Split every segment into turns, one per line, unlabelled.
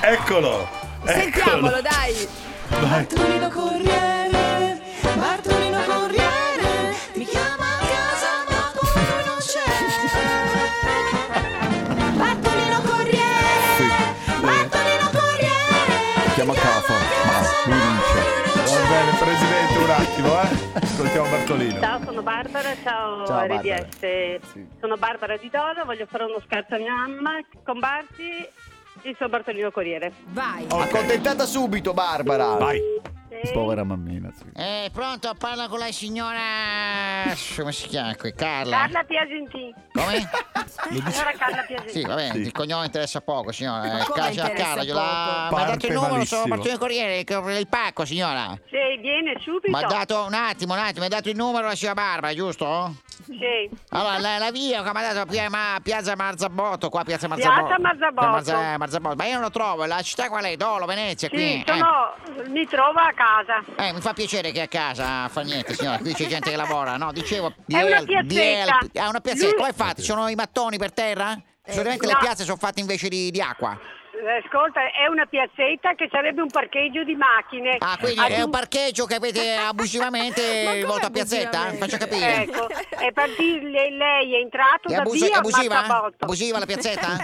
Eccolo!
Sentiamolo, dai!
Bartolino Corriere, Bartolino Corriere, mi chiama a casa ma poi lui non c'è. Bartolino Corriere, Bartolino Corriere,
Chiama Cafa, ma lui non c'è.
Va bene, presidente, un attimo, eh. Ascoltiamo Bartolino.
Ciao, sono Barbara, ciao,
Ciao,
RDS.
Sì.
Sono Barbara di Doro, voglio fare uno scherzo a mia mamma. Con Barti, il suo Bartolino Corriere.
Vai!
Accontentata subito, Barbara.
Vai!
Sì.
Povera mammina. sì.
Eh, pronto, parla con la signora. Come si chiama qui? Carla.
Carla Piagentin.
Come?
Allora Carla Piagentin.
Sì, va bene,
Sì.
il cognome interessa poco, signora.
Ma come
Eh, Carla, signora
interessa
Carla, gliela-
poco?
mi ha dato
Parte
il numero,
malissimo.
sono Martino Corriere, che apre il pacco, signora.
Sì, viene subito.
Mi ha dato un attimo, un attimo, mi ha dato il numero alla signora Barbara, giusto?
Sì.
Allora, la, la via che mi ha dato a Pia- ma- Piazza Marzabotto, qua Piazza
Piazza
Marzabotto.
Marzabotto.
Marza- Marzabotto. Ma io non lo trovo, la città qual è? Dolo, Venezia, qui.
Sì, sono, mi trovo a casa.
Eh. Eh, mi fa piacere che a casa fa niente, signora, qui c'è gente che lavora, no? Dicevo,
È una
di- di-
piazzetta.
Ah, una piazzetta,
Lui-
come fate? Ci Sono i mattoni per terra? Solitamente le
no.
piazze sono fatte invece di, di acqua.
Eh, Ascolta, è una piazzetta che sarebbe un parcheggio di macchine.
Ah, quindi
Ad
è un parcheggio che avete
Ma
abusivamente
come
rivolto a piazzetta?
abusivamente?
Faccio capire.
Ecco, è partì, lei, lei è entrato
È,
da
abusi-
via
abusiva?
Marzabotto.
Abusiva la piazzetta?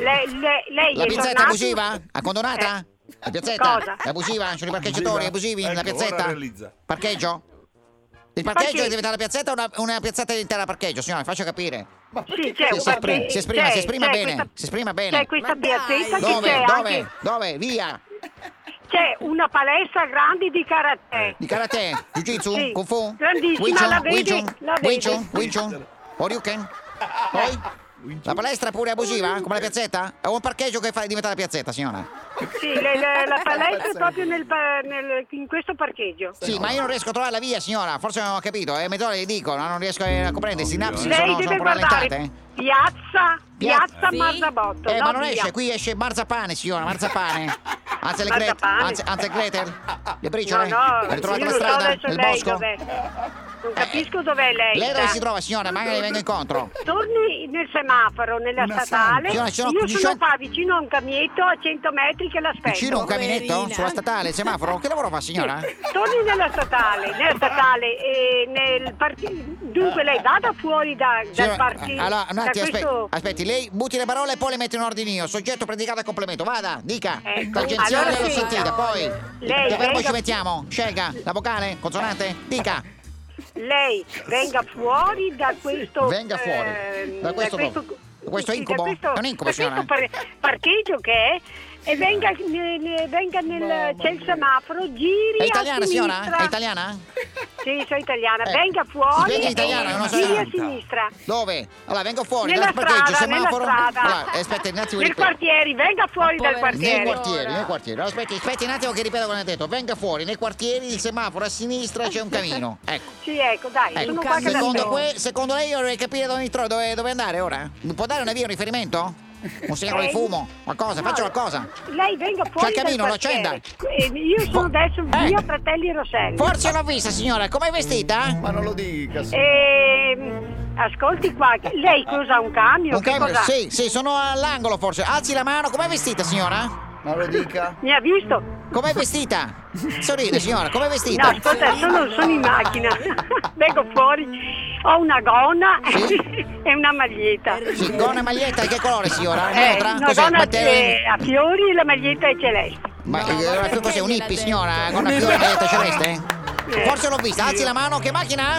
Lei, lei- lei
La
è
piazzetta
tornato-
è abusiva? Accondonata? La piazzetta?
Eh, Cosa?
È abusiva? Ci Sono i parcheggiatori
Abusiva.
abusivi nella
Ecco, ora
piazzetta?
realizza.
Parcheggio? Il parcheggio
Parcheggio.
deve diventare la piazzetta o una, una piazzetta intera parcheggio, signora? Faccio capire.
Sì, c'è
Si,
un
si esprime,
parcheggio-
si esprima,
c'è-
si esprima
c'è
bene.
questa-
si esprima
C'è
bene.
questa
Ma dai.
piazzetta che
Dove?
c'è
Dove?
anche...
Dove? Via!
C'è una palestra grande di karate.
Di karate? Jiu-jitsu?
Sì.
Kung fu?
Grandissima,
Wing Chun?
la vedi?
Wing Chun?
La vedi?
Wing Chun? Wing Chun? Oryuken? Poi? La palestra pure abusiva? Come la piazzetta? È un parcheggio che fa diventare la piazzetta, signora.
Sì, le- le-
Ecco.
la palestra è proprio nel pa- nel- in questo parcheggio.
Sì, ma io non riesco a trovare la via, signora. Forse non ho capito. È mezz'ora le dico, no? non riesco a comprendere. Sinapsi
Lei
sono,
deve
sono
guardare
rallentate.
piazza, piazza
Sì.
Marzabotto.
Eh,
no,
ma non
via.
esce, qui esce Marzapane, signora, Marzapane. Anzi, le Gretel,
Marzapane.
anzi, anzi, Gretel, le
No,
briciole,
no,
hai ritrovato
io
la
non so
strada,
adesso
nel
lei
bosco?
dov'è. Non capisco dov'è lei.
Lei dove
sa.
si trova, signora? Magari vengo incontro.
Torni nel semaforo, nella
Una
statale.
santa. Signora, ci sono
Io sono
18
qua vicino a un caminetto a 100 metri che l'aspetto.
Vicino a un caminetto,
Poverina.
sulla statale, il semaforo. Che lavoro fa, signora?
Torni nella statale, nella statale e nel parcheggio. Dunque lei vada fuori da, dal
Signora,
parcheggio.
ah, allora, un
da
attimo, aspetti,
questo-
aspetti, lei butti le parole e poi le mette in ordine io. Soggetto, predicato e complemento. Vada, dica.
Ecco,
Tangenziale
allora
l'ho
sì.
sentita, poi.
Lei
che verbo
venga-
ci mettiamo? Scelga, la vocale, consonante, dica.
Lei venga fuori da questo. ehm,
Venga fuori, da questo posto, da questo
sì, da
incubo?
questo-
È un incubo,
da questo
signora?
par- parcheggio che è. E venga, ne- ne- venga nel. c'è il semaforo, giri.
È
a
italiana,
sinistra.
signora? È italiana?
Sì, sono italiana.
Eh,
Venga
si
fuori.
vede italiana, non so
giri a
santa.
sinistra.
Dove? Allora, vengo fuori,
Nella
dal parcheggio,
strada, nella
semaforo.
strada.
Allora, aspetta un attimo,
Nel
ripeto.
quartiere, venga fuori
Ma
dal
povera-
Nei
quartiere.
quartieri, nei quartieri. Allora, aspetti, aspetti un attimo che ripeto quello che ha detto. Venga fuori, nei quartieri, il semaforo a sinistra c'è un camino. Ecco.
Sì, ecco, dai,
ecco.
sono
un
qua che
Secondo,
l'aspetto.
que- secondo lei io dovrei capire dove, mi tro- dove- dove andare ora? Mi può dare una via, un riferimento? Un segnale di
Eh,
fumo? Qualcosa,
no.
faccio qualcosa.
Lei venga fuori dal
camino,
quartiere.
l'accenda.
Eh, Io sono adesso
Eh.
via Fratelli Rosselli.
Forse l'ho vista, signora. Com'è vestita?
Ma non lo dica.
Eh.
su.
Ehm, ascolti qua, che- lei che usa un camion?
Un
che
cambio?
cosa?
Sì, sì, sono all'angolo forse. Alzi la mano, com'è vestita, signora?
Ma lo dica.
Mi ha visto?
Com'è vestita? Sorride, signora, com'è
No,
vestita?
ascolta, sono, sono in macchina. Vengo fuori, ho una gonna e una maglietta.
Sì, gonna e maglietta, di che colore, signora?
Eh,
Neutra?
una
Cos'è?
gonna
Matteo-
è a fiori e la maglietta è celeste.
Ma
No,
eh,
ma
allora,
perché
cos'è un
gliel'ha
hippie,
detto?
signora? Con una fiore maglietta celeste? Forse l'ho vista, alzi la mano, che macchina? ha?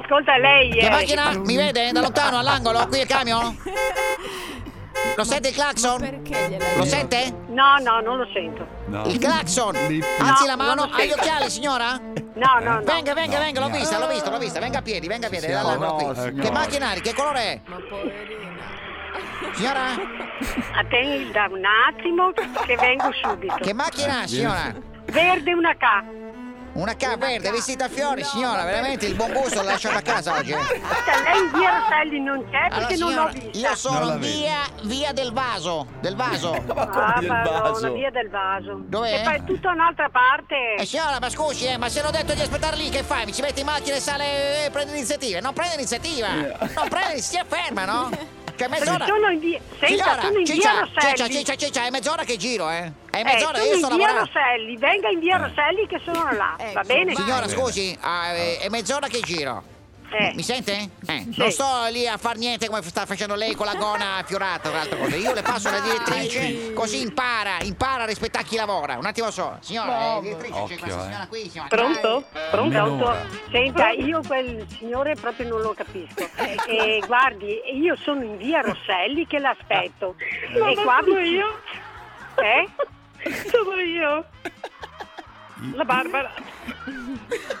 Ascolta, lei
Che
è...
macchina? Mi vede da lontano all'angolo? Qui il camion? Lo sente il clacson?
Perché gliel'hai
Lo
detto?
sente?
No, no, non lo sento.
No.
Il clacson! Alzi la mano, ha gli occhiali signora?
No, no, no.
Venga, venga, venga, l'ho vista, l'ho vista, l'ho vista, venga a piedi, venga a piedi,
Signora,
dall'angolo
no,
qui. Che
signora.
macchina? è? Che colore è?
Ma poverina.
Signora?
Attenda un attimo che vengo subito.
Che macchina? ha, Signora?
Verde una K.
Una K verde vestita a fiori, signora, veramente il buon gusto l'ho lasciato a casa oggi. eh.
Cioè, lei in via Rosselli non c'è
Allora,
perché non
signora,
l'ho vista.
io
Non la
sono in
vedo.
via, via del vaso, del vaso.
Ah,
Del
Madonna,
vaso.
via del vaso.
Dov'è?
E poi è tutta un'altra parte.
Eh signora, ma scusi, eh, ma se l'ho detto di aspettare lì, che fai? Mi eh, ci metti in macchina e sale e prende l'iniziativa? Non prende l'iniziativa! Non prende, si ferma, no? Cioè, mezz'ora.
Eh. Sono in via- senta,
Signora,
sono in via
ciccia,
Rosselli.
ciccia, ciccia, ciccia, è mezz'ora che giro, eh. È
Eh,
mezz'ora,
sono
io
in
sto
via
lavorando.
Rosselli, venga in via Rosselli che sono là,
Ecco,
va bene?
vai.
Eh. Signora, scusi, ah, eh, è mezz'ora che giro.
Eh.
Mi sente? Eh,
Sì.
Non sto lì a far niente come sta facendo lei con la gonna fiorata o altre cose. Io le passo
Ah,
la direttrice, così impara, impara a rispettare chi lavora. Un attimo solo. Signora, eh, direttrice,
Occhio,
questa
eh.
signora qui, signora.
Pronto? Pronto?
Almeno ora.
Senta, io quel signore proprio non lo capisco.
Ecco.
E guardi, io sono in via Rosselli che l'aspetto. e qua sono io? Eh? Sono io. La Barbara.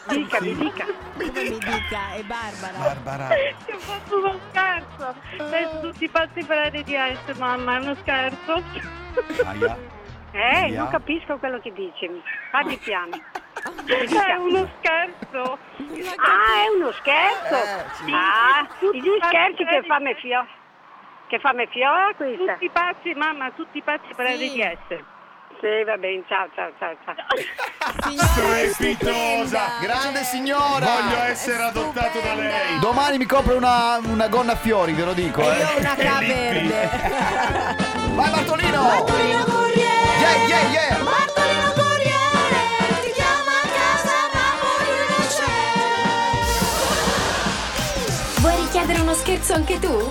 Dica, mi dica.
Come mi dica, è Barbara.
Barbara.
Ti ho fatto uno scherzo. Adesso tutti pazzi per la DDS, mamma, è uno scherzo.
Aia.
Eh,
Via.
non capisco quello che dice. Parli piano. Mi
È
dica.
uno scherzo.
Ah, è uno scherzo!
Eh, sì.
Ah,
Tutti
i due scherzi che
pazzi. eh,
fa me fio. Che fa me fio eh, questa?
Tutti pazzi, mamma, tutti pazzi per la
Sì.
DDS.
Sì, va bene, ciao, ciao, ciao, ciao.
Signora è
Strepitosa.
stupenda,
Grande
cioè,
signora.
Voglio
è
essere adottato da lei.
Domani mi compro una, una gonna a fiori, ve lo dico,
E io ho
eh.
una K verde.
Vai Bartolino!
Bartolino Corriere,
Yeah, yeah, yeah!
Bartolino Corriere, ti chiama a casa ma poi lui non c'è. Vuoi richiedere uno scherzo anche tu?